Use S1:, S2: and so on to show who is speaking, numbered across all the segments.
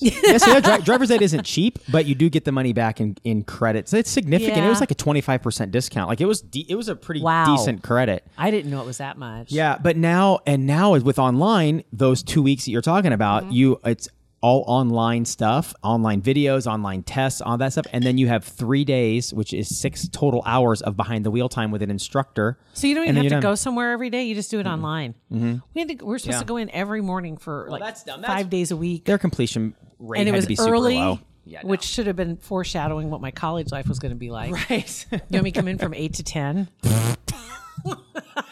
S1: yes, yeah, dri- driver's ed isn't cheap, but you do get the money back in, in credits. It's significant. It
S2: Yeah.
S1: was like a 25% discount. Like it was de- it was a pretty
S2: Wow.
S1: decent credit.
S2: I didn't know it was that much.
S1: Yeah, but now and now is with online, those 2 weeks that you're talking about,
S2: Mm-hmm.
S1: you it's all online stuff, online videos, online tests, all that stuff, and then you have 3 days, which is 6 total hours of behind the wheel time with an instructor.
S2: So you don't
S1: And
S2: even
S1: then
S2: have to
S1: you're done. Mm-hmm.
S2: go somewhere every day. You just do it online. We had to, we're supposed to go in every morning for like
S1: that's dumb. That's-
S2: five days a week.
S1: Their completion rate
S2: and it
S1: had
S2: was
S1: to be
S2: early,
S1: super low.
S2: which should have been foreshadowing what my college life was going to be like. Right. you want me to come in from eight to ten?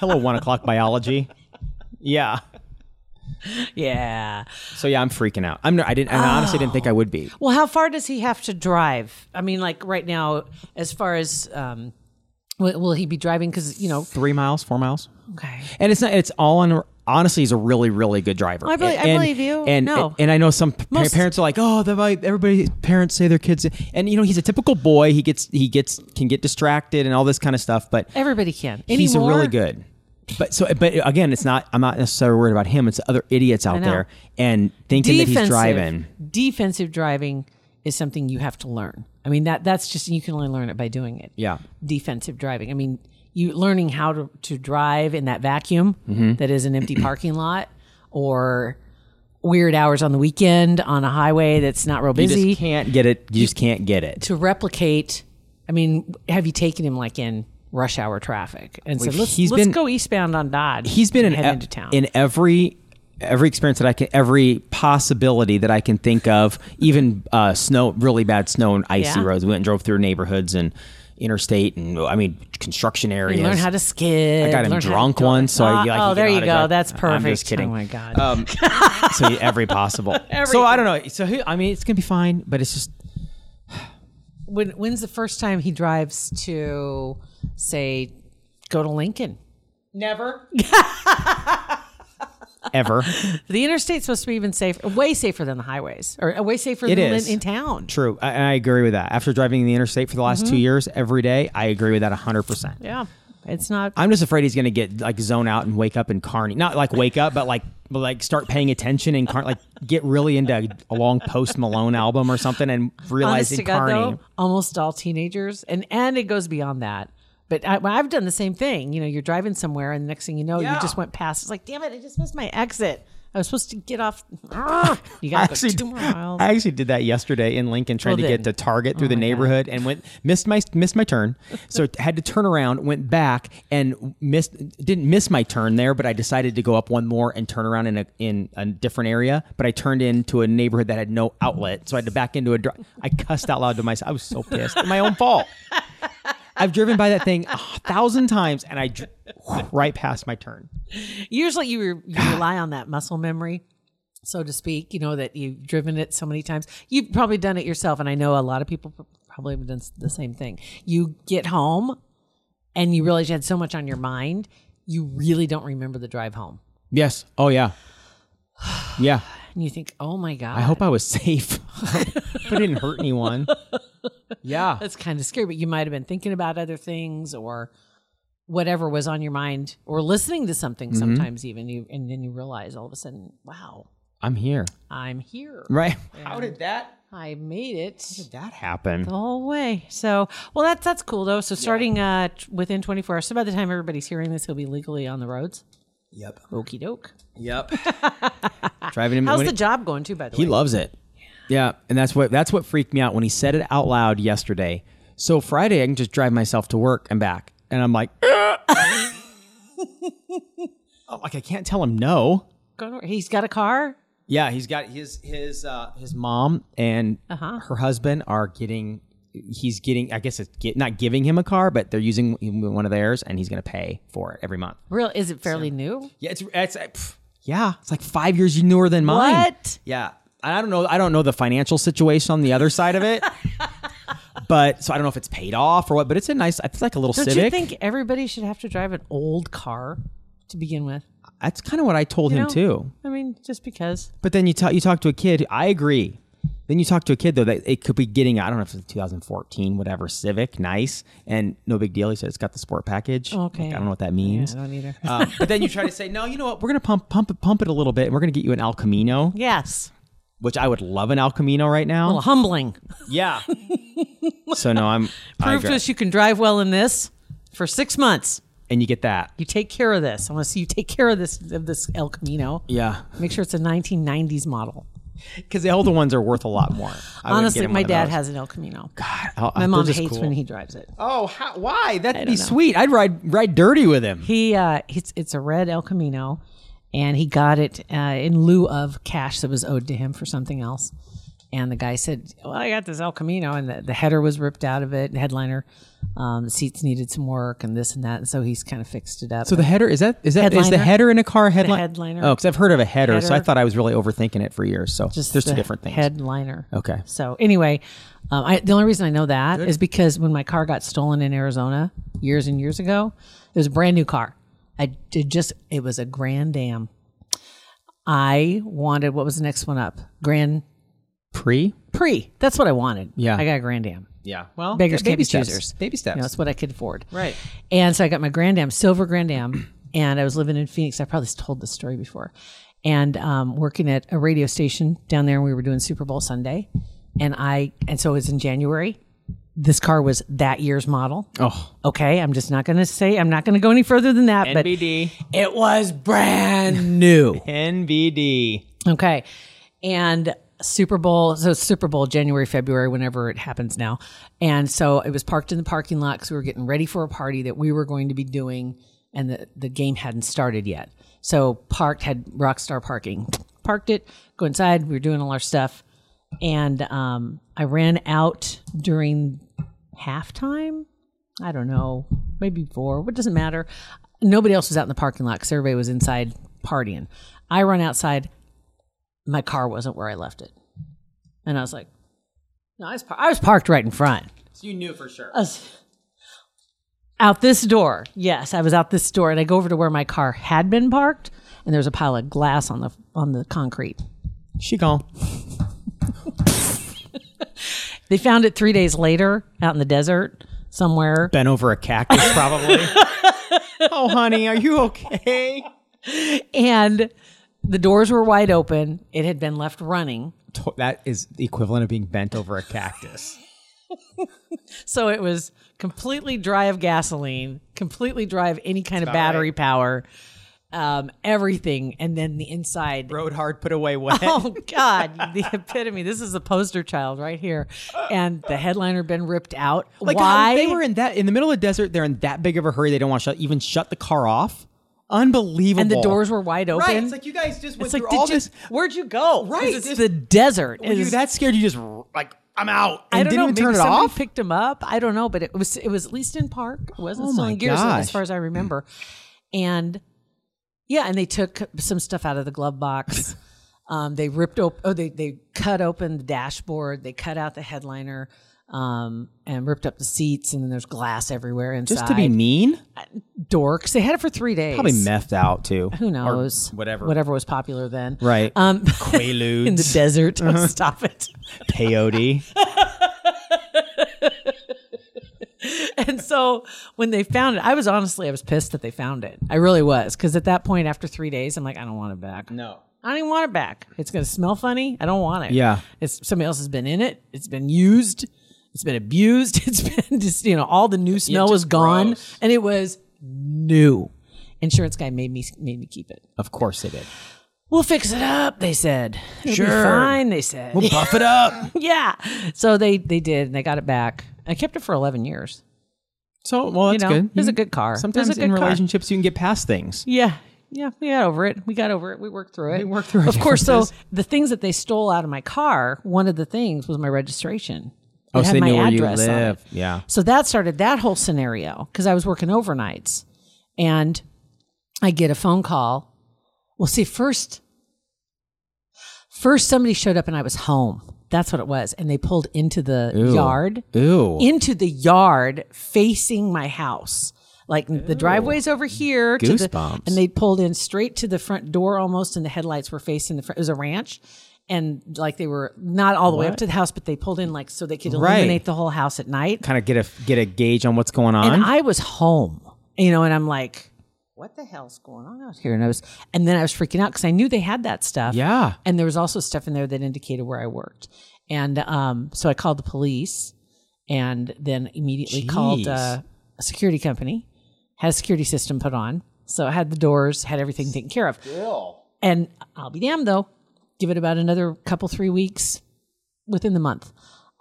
S1: Hello, one o'clock biology. Yeah.
S2: Yeah.
S1: So yeah, I'm freaking out. I'm. I didn't. I honestly didn't think I would be.
S2: Well, how far does he have to drive? I mean, like right now, as far as um, will, will he be driving? Because you know,
S1: Three miles, four miles,
S2: okay.
S1: and it's not. It's all on. Honestly, he's a really, really good driver.
S2: I believe- I
S1: and,
S2: believe you.
S1: And
S2: No.
S1: and, I know some pa-
S2: Most-
S1: parents are like, oh, the, my, everybody. Parents say their kids, and you know, he's a typical boy. He gets he gets can get distracted and all this kind of stuff. But
S2: Everybody can.
S1: he's
S2: Anymore?
S1: really good. But so, but again, it's not. I'm not necessarily worried about him. It's other idiots out
S2: know.
S1: there and thinking that he's driving.
S2: Defensive driving is something you have to learn. I mean that that's just you can only learn it by doing it.
S1: Yeah.
S2: Defensive driving. I mean, you learning how to, to drive in that vacuum
S1: Mm-hmm.
S2: that is an empty parking lot or weird hours on the weekend on a highway that's not real
S1: You
S2: busy
S1: just can't get it. You just can't get it.
S2: to replicate. I mean, have you taken him like in rush hour traffic and said, let's,
S1: he's
S2: let's
S1: been-
S2: go eastbound on Dodge?
S1: he's been
S2: and
S1: in,
S2: head
S1: e-
S2: into town.
S1: in every every experience that I can every possibility that I can think of even uh, snow really bad snow and icy
S2: Yeah.
S1: roads we went and drove through neighborhoods and interstate and I mean construction areas
S2: You learn how to skid.
S1: I got him
S2: learn how to
S1: drunk
S2: do all
S1: once,
S2: that.
S1: so I, like,
S2: Ah,
S1: he
S2: oh,
S1: could
S2: there
S1: know how
S2: you
S1: to
S2: go.
S1: drive.
S2: That's perfect.
S1: I'm just kidding.
S2: Oh my god.
S1: Um, so yeah, every possible. so I don't know. So who, I mean, it's gonna be fine, but it's just
S2: when when's the first time he drives to say go to Lincoln? Never.
S1: ever.
S2: The interstate's supposed to be even safer, way safer than the highways, or uh, way safer
S1: It
S2: than
S1: is.
S2: in, in town.
S1: True, I, and I agree with that. After driving the interstate for the last
S2: Mm-hmm.
S1: two years every day, I agree with that hundred percent.
S2: Yeah, it's not.
S1: I'm just afraid he's gonna get like zone out and wake up in Carney. Not like wake up, but like but, like start paying attention and Carney, like get really into a long Post Malone album or something and realize
S2: honest to
S1: in
S2: God,
S1: Carney.
S2: though, almost all teenagers, and and it goes beyond that. But I, I've done the same thing. You know, you're driving somewhere, and the next thing you know, you just went past. It's like, damn it, I just missed my exit. I was supposed to get off. You
S1: Ah, I
S2: got go
S1: actually,
S2: two more miles.
S1: I actually did that yesterday in Lincoln, trying
S2: Well,
S1: to get to
S2: then.
S1: Target through the neighborhood, and went missed my missed my turn, so had to turn around, went back, and missed didn't miss my turn there, but I decided to go up one more and turn around in a in a different area, but I turned into a neighborhood that had no outlet, so I had to back into a. Dri- I cussed out loud to myself. I was so pissed. my own fault. I've driven by that thing a thousand times, and I dr- right past my turn.
S2: usually you, re- you rely on that muscle memory so to speak you know that you've driven it so many times you've probably done it yourself and i know a lot of people pr- probably have done s- the same thing you get home and you realize you had so much on your mind you really don't remember the drive home
S1: Yes. Oh yeah. Yeah.
S2: and you think oh my god
S1: I hope I was safe. Hope I didn't hurt anyone. Yeah.
S2: that's kind of scary but you might have been thinking about other things or whatever was on your mind or listening to something
S1: Mm-hmm.
S2: sometimes even you and then you realize all of a sudden wow
S1: I'm here.
S2: i'm here
S1: Right.
S2: i made it
S1: That happened.
S2: the whole way. So, well, that's that's cool though. So, starting uh, t- within 24 hours. So, by the time everybody's hearing this, he'll be legally on the roads.
S1: Yep.
S2: Okey doke.
S1: Yep. Driving him.
S2: How's
S1: when
S2: the
S1: it-
S2: job going too? By the
S1: He
S2: way,
S1: loves it. Yeah. And that's what that's what freaked me out when he said it out loud yesterday. So Friday I can just drive myself to work and back. And I'm like I'm like I can't tell him no.
S2: Going to work. he's got a car.
S1: Yeah, he's got his his uh, his mom and
S2: Uh-huh.
S1: her husband are getting. He's getting. I guess it's get, not giving him a car, but they're using one of theirs, and he's going to pay for it every month.
S2: Real? Is it fairly new?
S1: Yeah, it's it's uh, pff, yeah, it's like five years newer than mine.
S2: What?
S1: Yeah, and I don't know. I don't know the financial situation on the other side of it, but so I don't know if it's paid off or what. But it's a nice. It's like a little
S2: Don't
S1: Civic.
S2: you think everybody should have to drive an old car to begin with?
S1: That's kind of what I told him
S2: No?
S1: too.
S2: I mean, just because.
S1: But then you talk you talk to a kid. I agree. Then you talk to a kid though that it could be getting I don't know if it's 2014 whatever Civic nice and no big deal. He said it's got the sport package.
S2: Okay.
S1: Like, I don't know what that means.
S2: I don't either.
S1: Uh, but then you try to say no. You know what? We're gonna pump pump it pump it a little bit and we're gonna get you an Al Camino,
S2: yes.
S1: which I would love an Al Camino right now.
S2: Well, humbling.
S1: Yeah. so no, I'm I
S2: Prove
S1: agree.
S2: to us you can drive well in this for six months.
S1: and you get that.
S2: You take care of this. I want to see you take care of this of this El Camino.
S1: Yeah.
S2: Make sure it's a 1990s model.
S1: Because the older ones are worth a lot more. I wouldn't get
S2: Honestly,
S1: him
S2: my
S1: one of
S2: dad
S1: those.
S2: has an El Camino.
S1: I'll-
S2: my
S1: they're
S2: mom
S1: just
S2: hates
S1: cool.
S2: when he drives it.
S1: Oh, how, why? That'd
S2: don't
S1: be
S2: know.
S1: sweet. I'd ride ride dirty with him.
S2: He uh, it's it's a red El Camino, and he got it uh, in lieu of cash that was owed to him for something else. And the guy said, "Well, I got this El Camino, and the, the header was ripped out of it, the headliner, um, the seats needed some work, and this and that." And so he's kind of fixed it up.
S1: So the header is that is that is the
S2: Headliner.
S1: header in a car headline?
S2: headliner.
S1: Oh, because I've heard of a header, so I
S2: Header.
S1: thought I was really overthinking it for years. So there's two
S2: the
S1: different things.
S2: Headliner.
S1: Okay.
S2: So anyway, um, I, the only reason I know that is because when my car got stolen in Arizona years and years ago, it was a brand new car. I did just it was a Grand Am. I wanted what was the next one up? Grand
S1: Pre.
S2: Prix. That's what I wanted.
S1: Yeah.
S2: I got a Grand Am.
S1: Yeah. Well,
S2: Beggars
S1: baby
S2: can't be
S1: steps.
S2: choosers.
S1: Baby steps.
S2: You know, it's what I could afford.
S1: Right.
S2: And so I got my Grand Am, silver Grand Am, and I was living in Phoenix. I probably told this story before. And um, working at a radio station down there, and we were doing Super Bowl Sunday, and I and so it was in January. This car was that year's model.
S1: Oh.
S2: Okay, I'm just not going to say. I'm not going to go any further than that.
S1: NBD.
S2: But it was brand new.
S1: NBD.
S2: Okay. And Super Bowl, so Super Bowl, January, February, whenever it happens now. And so it was parked in the parking lot because we were getting ready for a party that we were going to be doing, and the, the game hadn't started yet. So parked, had Rockstar parking. Parked it, go inside, we were doing all our stuff. And um, I ran out during halftime. I don't know, maybe four. What doesn't matter. Nobody else was out in the parking lot because everybody was inside partying. I run outside my car wasn't where I left it. And I was like, no, I was, par- I was parked right in front.
S1: So you knew for sure.
S2: I was out this door. Yes, I was out this door. And I go over to where my car had been parked, and there's a pile of glass on the on the concrete.
S1: She gone.
S2: They found it three days later out in the desert somewhere.
S1: Bent over a cactus, probably. oh, honey, are you okay?
S2: And the doors were wide open. It had been left running.
S1: To- That is the equivalent of being bent over a cactus.
S2: So it was completely dry of gasoline, completely dry of any kind of battery power, um, everything. And then the inside.
S1: Rode hard, put away wet.
S2: Oh God, the epitome. This is a poster child right here, and the headliner been ripped out.
S1: Like
S2: Why?
S1: how they were in that in the middle of the desert. They're in that big of a hurry. They don't want to shut, even shut the car off. Unbelievable.
S2: and the doors were wide open.
S1: right. It's like you guys just went
S2: It's like,
S1: through
S2: did
S1: all
S2: you-
S1: this.
S2: Where'd you go? 'Cause
S1: Right,
S2: It's
S1: just-
S2: the desert.
S1: Were
S2: It
S1: you
S2: is-
S1: that scared? You just like I'm out and
S2: I don't
S1: didn't
S2: know.
S1: even
S2: maybe
S1: turn it
S2: somebody
S1: off.
S2: Picked him up. I don't know, but it was it was at least in park. It wasn't
S1: Oh
S2: still
S1: my
S2: in Gearson as
S1: gosh.
S2: far as I remember. And yeah, and they took some stuff out of the glove box. um, they ripped open. Oh, they they cut open the dashboard. They cut out the headliner. Um, and ripped up the seats, and then there's glass everywhere inside.
S1: Just to be mean,
S2: dorks, they had it for three days.
S1: probably methed out too.
S2: Who knows?
S1: whatever.
S2: Whatever was popular then.
S1: Right. Uh-huh.
S2: Um,
S1: Quaaludes,
S2: in the desert. Oh, stop it.
S1: peyote.
S2: And so when they found it, I was honestly, I was pissed that they found it. I really was. Because at that point, after three days, I'm like, I don't want it back.
S1: No.
S2: I don't even want it back. It's going to smell funny. I don't want it.
S1: Yeah.
S2: It's, somebody else has been in it. It's been used. It's been abused. It's been just, you know, all the new smell was gone. And it was new. Insurance guy made me made me keep it.
S1: Of course they did.
S2: We'll fix it up, they said. It'll
S1: Sure.
S2: Be fine, they said.
S1: Buff it up.
S2: yeah. So they they did and they got it back. I kept it for 11 years.
S1: So well, that's
S2: you know,
S1: good.
S2: it was a
S1: You-
S2: good car. It was a
S1: Sometimes
S2: good
S1: in
S2: car.
S1: relationships, you can get past things.
S2: Yeah. Yeah, we got over it. We got over it. We worked through it. We
S1: worked through our
S2: Of course, so
S1: differences.
S2: the things that they stole out of my car, one of the things was my registration.
S1: Oh,
S2: It
S1: so
S2: had
S1: they
S2: my
S1: knew where you
S2: address on it.
S1: live. Yeah.
S2: So that started that whole scenario because I was working overnights and I get a phone call. Well, see, first, first somebody showed up and I was home. That's what it was. And they pulled into the
S1: Ew.
S2: yard
S1: Ew.
S2: into the yard facing my house. Like the driveway's over here. To the,
S1: Goosebumps.
S2: and they pulled in straight to the front door almost, and the headlights were facing the front. It was a ranch. and like they were not all the way up to the house, but they pulled in like so they could illuminate the whole house at night.
S1: Kind of get a get a gauge on what's going on.
S2: And I was home, you know, and I'm like, what the hell's going on out here? And I was, and then I was freaking out because I knew they had that stuff.
S1: Yeah.
S2: And there was also stuff in there that indicated where I worked. And um, so I called the police and then immediately called
S1: Jeez.
S2: uh, a security company, had a security system put on. So I had the doors, had everything taken care of. And I'll be damned though, give it about another couple, three weeks within the month.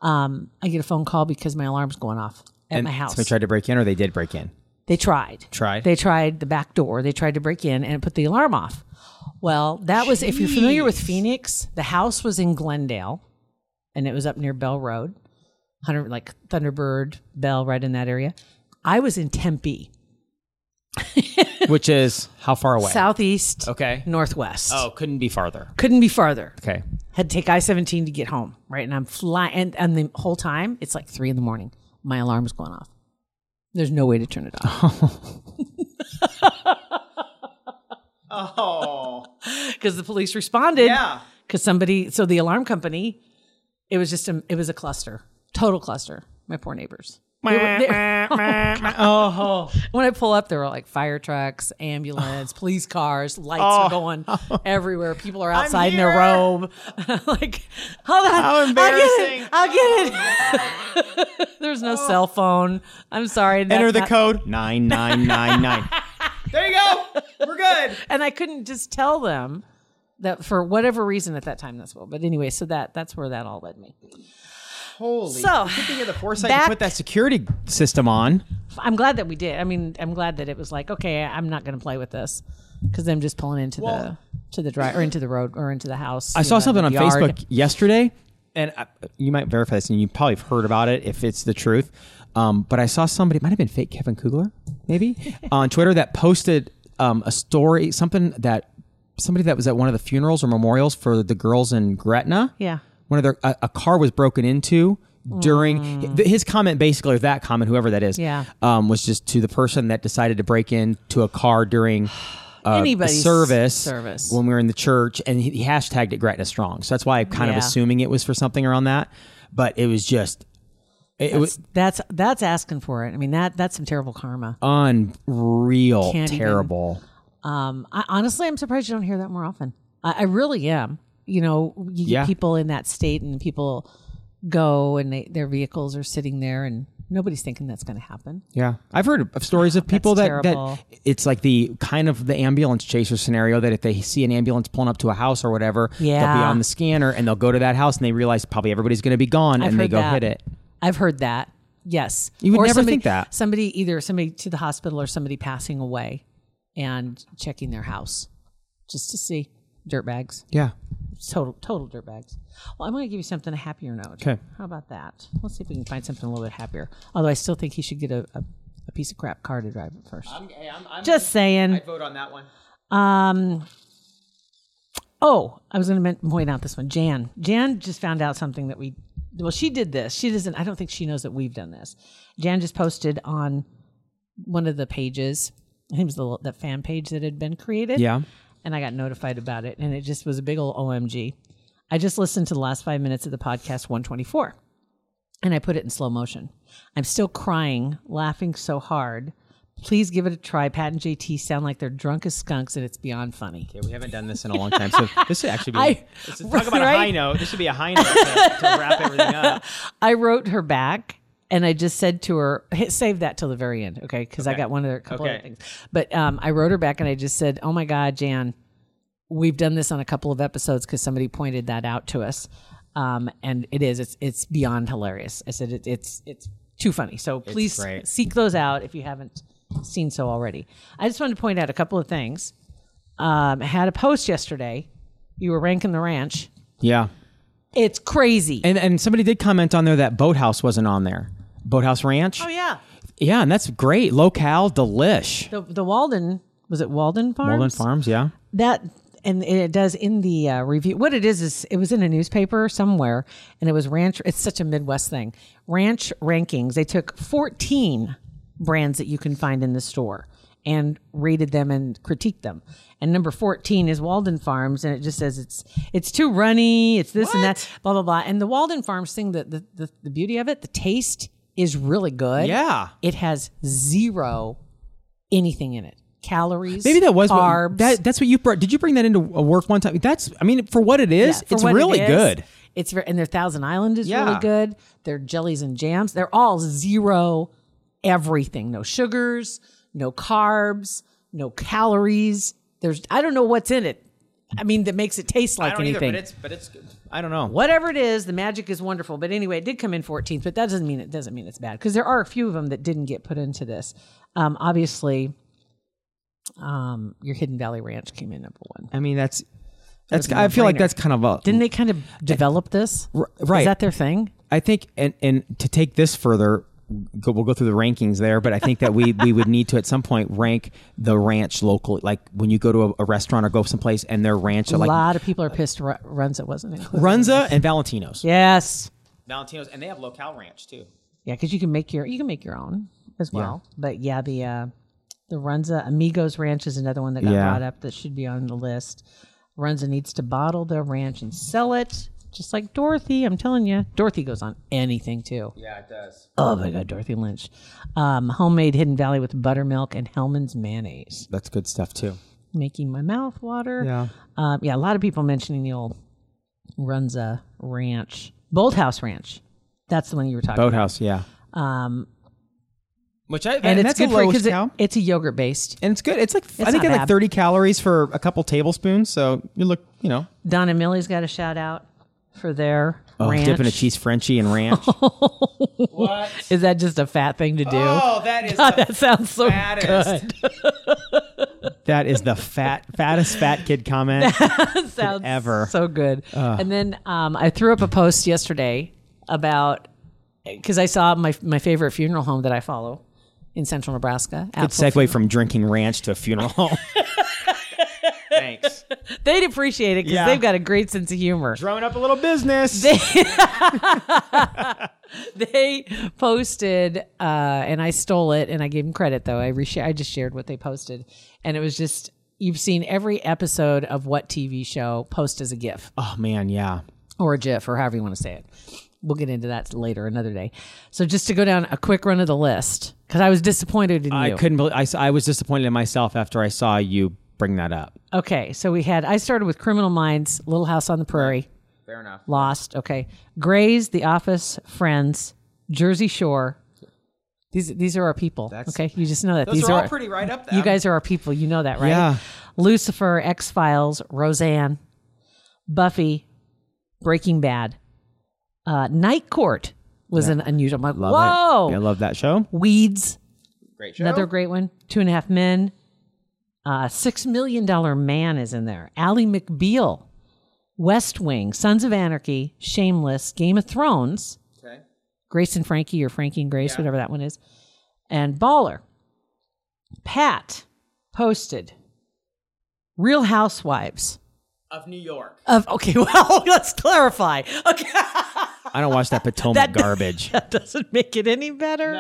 S2: Um, I get a phone call because my alarm's going off at
S1: And
S2: my house.
S1: Somebody tried to break in, or they did break in.
S2: They tried.
S1: Tried?
S2: They tried the back door. They tried to break in and it put the alarm off. Well, that was if you're familiar with Phoenix, the house was in Glendale and it was up near Bell Road. Hunter like Thunderbird, Bell right in that area. I was in Tempe,
S1: Which is how far away?
S2: southeast,
S1: Okay.
S2: northwest.
S1: Oh, couldn't be farther.
S2: Couldn't be farther.
S1: Okay.
S2: Had to take I 17 to get home, right? And I'm flying. And, and the whole time, it's like three in the morning. My alarm's going off. There's no way to turn it off. oh. Because the police responded. Yeah. Because somebody, so the alarm company, it was just a, it was a cluster, total cluster. My poor neighbors. We were- they- when I pull up, there were like fire trucks, ambulance, police cars, lights are going everywhere. People are outside in their robe. like, hold on. How
S1: embarrassing.
S2: I'll get it. I'll get it. There's no cell phone. I'm sorry.
S1: Enter the
S2: that- that-
S1: code nine nine nine nine. There you go. We're good.
S2: And I couldn't just tell them that for whatever reason at that time that's what. But anyway, so that that's where that all led me.
S1: Holy.
S2: So
S1: the foresight
S2: back-
S1: to put that security system on.
S2: I'm glad that we did. I mean, I'm glad that it was like, okay, I'm not going to play with this because I'm just pulling into the to the drive or into the road or into the house.
S1: I
S2: you
S1: saw
S2: know,
S1: something
S2: the
S1: on
S2: yard.
S1: Facebook yesterday, and I, you might verify this, and you probably have heard about it if it's the truth. Um, but I saw somebody, it might have been fake Kevin Kugler, maybe, on Twitter that posted um, a story, something that somebody that was at one of the funerals or memorials for the girls in Gretna.
S2: Yeah.
S1: One of their, a, a car was broken into during th- his comment, basically, or that comment, whoever that is,
S2: Mm. Yeah.
S1: um, was just to the person that decided to break into a car during uh,
S2: Anybody's
S1: service,
S2: service.
S1: when we were in the church, and he, he hashtagged it Gretna Strong. So that's why I'm kind of
S2: Yeah.
S1: assuming it was for something around that. But it was just, it, it was
S2: That's that's asking for it. I mean that that's some terrible karma.
S1: unreal,
S2: Can't even-
S1: terrible.
S2: Um, I, honestly, I'm surprised you don't hear that more often. I, I really am. You know, you get
S1: Yeah.
S2: people in that state, and people go, and they, their vehicles are sitting there, and nobody's thinking that's going to happen.
S1: Yeah, I've heard of stories of people that,
S2: terrible.
S1: that it's like the kind of the ambulance chaser scenario that if they see an ambulance pulling up to a house or whatever, they'll be
S2: Yeah.
S1: on the scanner and they'll go to that house and they realize probably everybody's going to be gone
S2: I've
S1: and they
S2: heard
S1: go
S2: that.
S1: hit it.
S2: I've heard that. Yes,
S1: You would
S2: Or
S1: never
S2: somebody,
S1: think that.
S2: somebody either somebody to the hospital or somebody passing away, and checking their house just to see dirtbags.
S1: Yeah,
S2: total total dirtbags. Well, I'm going to give you something a happier note.
S1: 'Kay.
S2: How about that? Let's see if we can find something a little bit happier. Although I still think he should get a, a, a piece of crap car to drive at 1st Just saying.
S1: vote on that one.
S2: Um. Oh, I was going to point out this one. Jan. Jan just found out something that we. Well, she did this. She doesn't. I don't think she knows that we've done this. Jan just posted on one of the pages. I think it was the that fan page that had been created
S1: Yeah,
S2: and I got notified about it, and it just was a big old OMG. I just listened to the last five minutes of the podcast 124, and I put it in slow motion. I'm still crying, laughing so hard. Please give it a try. Pat and JT sound like they're drunk as skunks, and it's beyond funny.
S1: Okay, we haven't done this in a long time, so this should actually be.
S2: I-
S1: this is, talk about
S2: right?
S1: a high note. This should be a high note to, to wrap everything up.
S2: I wrote her back, and I just said to her, hey, save that till the very end, okay? Because I
S1: Okay.
S2: got one other couple other
S1: Okay.
S2: things. But um, I wrote her back, and I just said, oh my God, Jan, we've done this on a couple of episodes because somebody pointed that out to us, um, and it is it's it's beyond hilarious. I said it, it's it's too funny. So please
S1: great.
S2: seek those out if you haven't seen so already. I just wanted to point out a couple of things. Um, I had a post yesterday. You were ranking the ranch.
S1: Yeah,
S2: It's crazy.
S1: and and somebody did comment on there that Boathouse wasn't on there. Boathouse Ranch.
S2: oh yeah.
S1: Yeah, and that's great. Locale, delish.
S2: The, the Walden was it Walden Farms?
S1: Walden Farms. Yeah.
S2: That and it does in the uh, review. What it is is it was in a newspaper somewhere, and it was ranch. It's such a Midwest thing. Ranch rankings. They took fourteen brands that you can find in the store and rated them and critiqued them. And number 14 is Walden Farms, and it just says it's it's too runny, it's this and that, blah, blah, blah. And the Walden Farms thing, the, the, the, the beauty of it, the taste is really good.
S1: Yeah.
S2: It has zero anything in it. Calories.
S1: Maybe that was
S2: carbs.
S1: What, that, that's what you brought. Did you bring that into a work one time? That's, I mean, for what it is,
S2: Yeah, for
S1: it's
S2: what it
S1: really
S2: is,
S1: good.
S2: It's ver- and their Thousand Island is
S1: Yeah.
S2: really good. Their jellies and jams, they're all zero everything. No sugars, no carbs, no calories. There's I don't know what's in it. I mean, that makes it taste like anything.
S1: but it's, I don't know.
S2: Whatever it is, the magic is wonderful. But anyway, it did come in 14th, but that doesn't mean it doesn't mean it's bad because there are a few of them that didn't get put into this. Um, obviously, um, your Hidden Valley Ranch came in number one.
S1: I mean, that's, that's,
S2: was a
S1: I feel like
S2: no-brainer.
S1: that's kind of a,
S2: Didn't they kind of develop this?
S1: R- right.
S2: Is that their thing?
S1: I think, and and to take this further, go, we'll go through the rankings there. But I think that we we would need to at some point rank the ranch locally, like when you go to a, a restaurant or go someplace and their ranch, are
S2: a
S1: like
S2: lot of people are pissed Ru- Runza wasn't included.
S1: Runza and Valentino's.
S2: Yes.
S1: Valentino's, and they have locale ranch too.
S2: Yeah, because you can make your you can make your own as well. But yeah, the uh the Runza Amigos Ranch is another one that got
S1: Yeah.
S2: brought up that should be on the list. Runza needs to bottle their ranch and sell it. Just like Dorothy, I'm telling you. Dorothy goes on anything too. Yeah, it does. Oh my god, Dorothy Lynch. Um, homemade Hidden Valley with buttermilk and Hellman's mayonnaise.
S1: That's good stuff too.
S2: Making my mouth water.
S1: Yeah.
S2: Um, yeah, a lot of people mentioning the old Runza Ranch, Boldhouse Ranch. That's the one you were talking
S1: Boathouse, yeah.
S2: about. Um,
S1: Which I
S2: and, it's
S1: that's
S2: good
S1: a
S2: for
S1: low
S2: because it,
S1: cow.
S2: it's a yogurt based.
S1: and it's good. It's like I think
S2: not
S1: it's like
S2: bad.
S1: thirty calories for a couple tablespoons. So you look, you know,
S2: Donna Millie's got a shout out for their
S1: oh,
S2: ranch.
S1: dipping a cheese Frenchie and ranch.
S2: Is that just a fat thing to do?
S1: Oh, that is
S2: that sounds so
S1: fattest. that is the fat fattest fat kid comment.
S2: sounds
S1: ever.
S2: so good. and then um, I threw up a post yesterday about because I saw my my favorite funeral home that I follow in Central Nebraska.
S1: Good
S2: Apple
S1: segue from drinking ranch to a funeral home. Thanks.
S2: They'd appreciate it because
S1: Yeah.
S2: they've got a great sense of humor.
S1: Throwing up a little business.
S2: They posted, uh, and I stole it, and I gave them credit though. I resha- I just shared what they posted, and it was just you've seen every episode of what TV show post as a GIF.
S1: oh man, yeah.
S2: or a GIF or however you want to say it. We'll get into that later another day. So just to go down a quick run of the list because I was disappointed in
S1: I
S2: you.
S1: couldn't believe I, s- I was disappointed in myself after I saw you bring that up.
S2: Okay, so we had I started with Criminal Minds, Little House on the Prairie. Fair enough. Lost. Okay, Grays, The Office, Friends, Jersey Shore. These these are our people. okay, you just know that these are
S1: right up
S2: You guys are our people. You know that, right?
S1: Yeah.
S2: Lucifer, X Files, Roseanne, Buffy, Breaking Bad, uh, Night Court was an unusual. i
S1: Love
S2: Whoa,
S1: It. I love that show.
S2: Weeds,
S1: Great
S2: another great one. Two and a Half Men, uh, Six Million Dollar Man is in there. Ally McBeal, West Wing, Sons of Anarchy, Shameless, Game of Thrones, Grace and Frankie or Frankie and Grace, whatever that one is, and Baller. Pat posted Real Housewives
S1: Of New York.
S2: of okay. Well, let's clarify. Okay,
S1: I don't watch that Potomac
S2: That-
S1: garbage.
S2: that doesn't make it any better.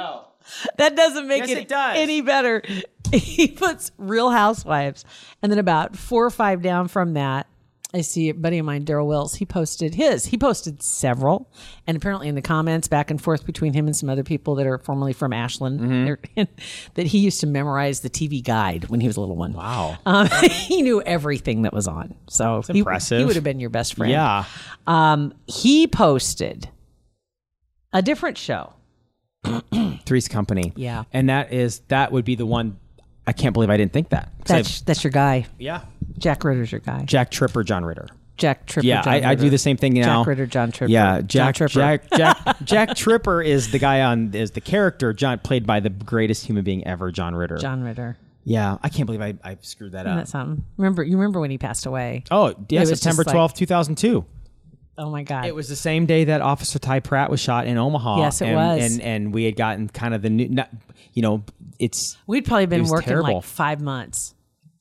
S2: That doesn't make
S1: Yes,
S2: it,
S1: it does.
S2: any better. He puts Real Housewives. And then about four or five down from that, I see a buddy of mine, Daryl Wills, he posted his. He posted several. And apparently in the comments back and forth between him and some other people that are formerly from Ashland,
S1: Mm-hmm.
S2: they're- that he used to memorize the TV guide when he was a little one.
S1: Wow.
S2: Um, he knew everything that was on. So he,
S1: impressive.
S2: he would have been your best friend.
S1: Yeah.
S2: Um, he posted a different show.
S1: Three's Company.
S2: Yeah.
S1: And that is that would be the one I can't believe I didn't think that. 'Cause I-
S2: That's, that's your guy.
S1: yeah.
S2: Jack Ritter's your guy.
S1: Jack Tripper, John Ritter.
S2: Jack Tripper.
S1: Yeah,
S2: John
S1: I, I do
S2: Ritter.
S1: the same thing now.
S2: Jack Ritter, John Tripper.
S1: Yeah,
S2: John
S1: Jack
S2: Tripper.
S1: Jack Jack Jack Tripper is the guy on is the character John played by the greatest human being ever, John Ritter.
S2: John Ritter.
S1: Yeah, I can't believe I, I screwed that
S2: Isn't
S1: up.
S2: that something? Remember, you remember when he passed away?
S1: Oh, yeah,
S2: was just
S1: September
S2: like-
S1: twelfth, two 2002.
S2: Oh my God!
S1: It was the same day that Officer Ty Pratt was shot in Omaha.
S2: Yes, it
S1: and,
S2: was.
S1: And and we had gotten kind of the new, not, you know, it's
S2: We'd probably
S1: it
S2: been
S1: was
S2: working
S1: terrible.
S2: like five months,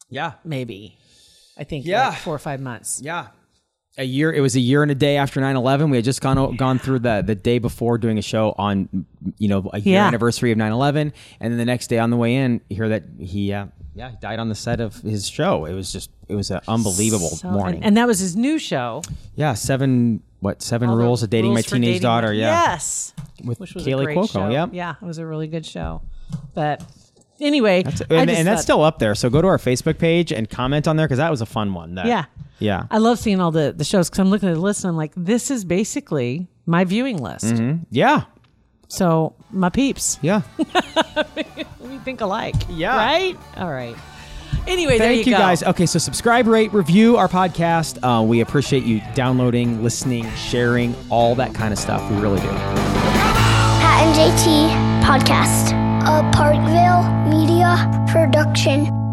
S1: yeah,
S2: maybe. I think
S1: Yeah.
S2: like four or five months.
S1: yeah. a year it was a year and a day after 9-11 we had just gone gone through the the day before doing a show on you know a year
S2: Yeah.
S1: anniversary of 9-11 and then the next day on the way in you hear that he uh, yeah he died on the set of his show it was just it was an unbelievable
S2: So- and-
S1: morning
S2: And, that was his new show.
S1: yeah seven what seven rules of dating my
S2: Rules for
S1: teenage
S2: Dating
S1: daughter
S2: My-
S1: yeah
S2: Yes.
S1: with
S2: Which was a
S1: Kaylee
S2: great
S1: Cuoco
S2: show.
S1: yeah
S2: Yeah, it was a really good show. But anyway,
S1: That's-
S2: I
S1: and,
S2: just
S1: and that's
S2: thought-
S1: still up there so go to our Facebook page and comment on there because that was a fun one that,
S2: Yeah. Uh,
S1: yeah
S2: I love seeing all the, the shows because I'm looking at the list and I'm like, this is basically my viewing list.
S1: Mm-hmm. yeah
S2: So, my peeps,
S1: yeah
S2: we think alike.
S1: Yeah.
S2: Right? All right. Anyway, there you,
S1: Thank you,
S2: go.
S1: guys. Okay, so subscribe, rate, review our podcast. Uh, we appreciate you downloading, listening, sharing, all that kind of stuff. We really do.
S3: Pat and JT Podcast. A Parkville Media Production.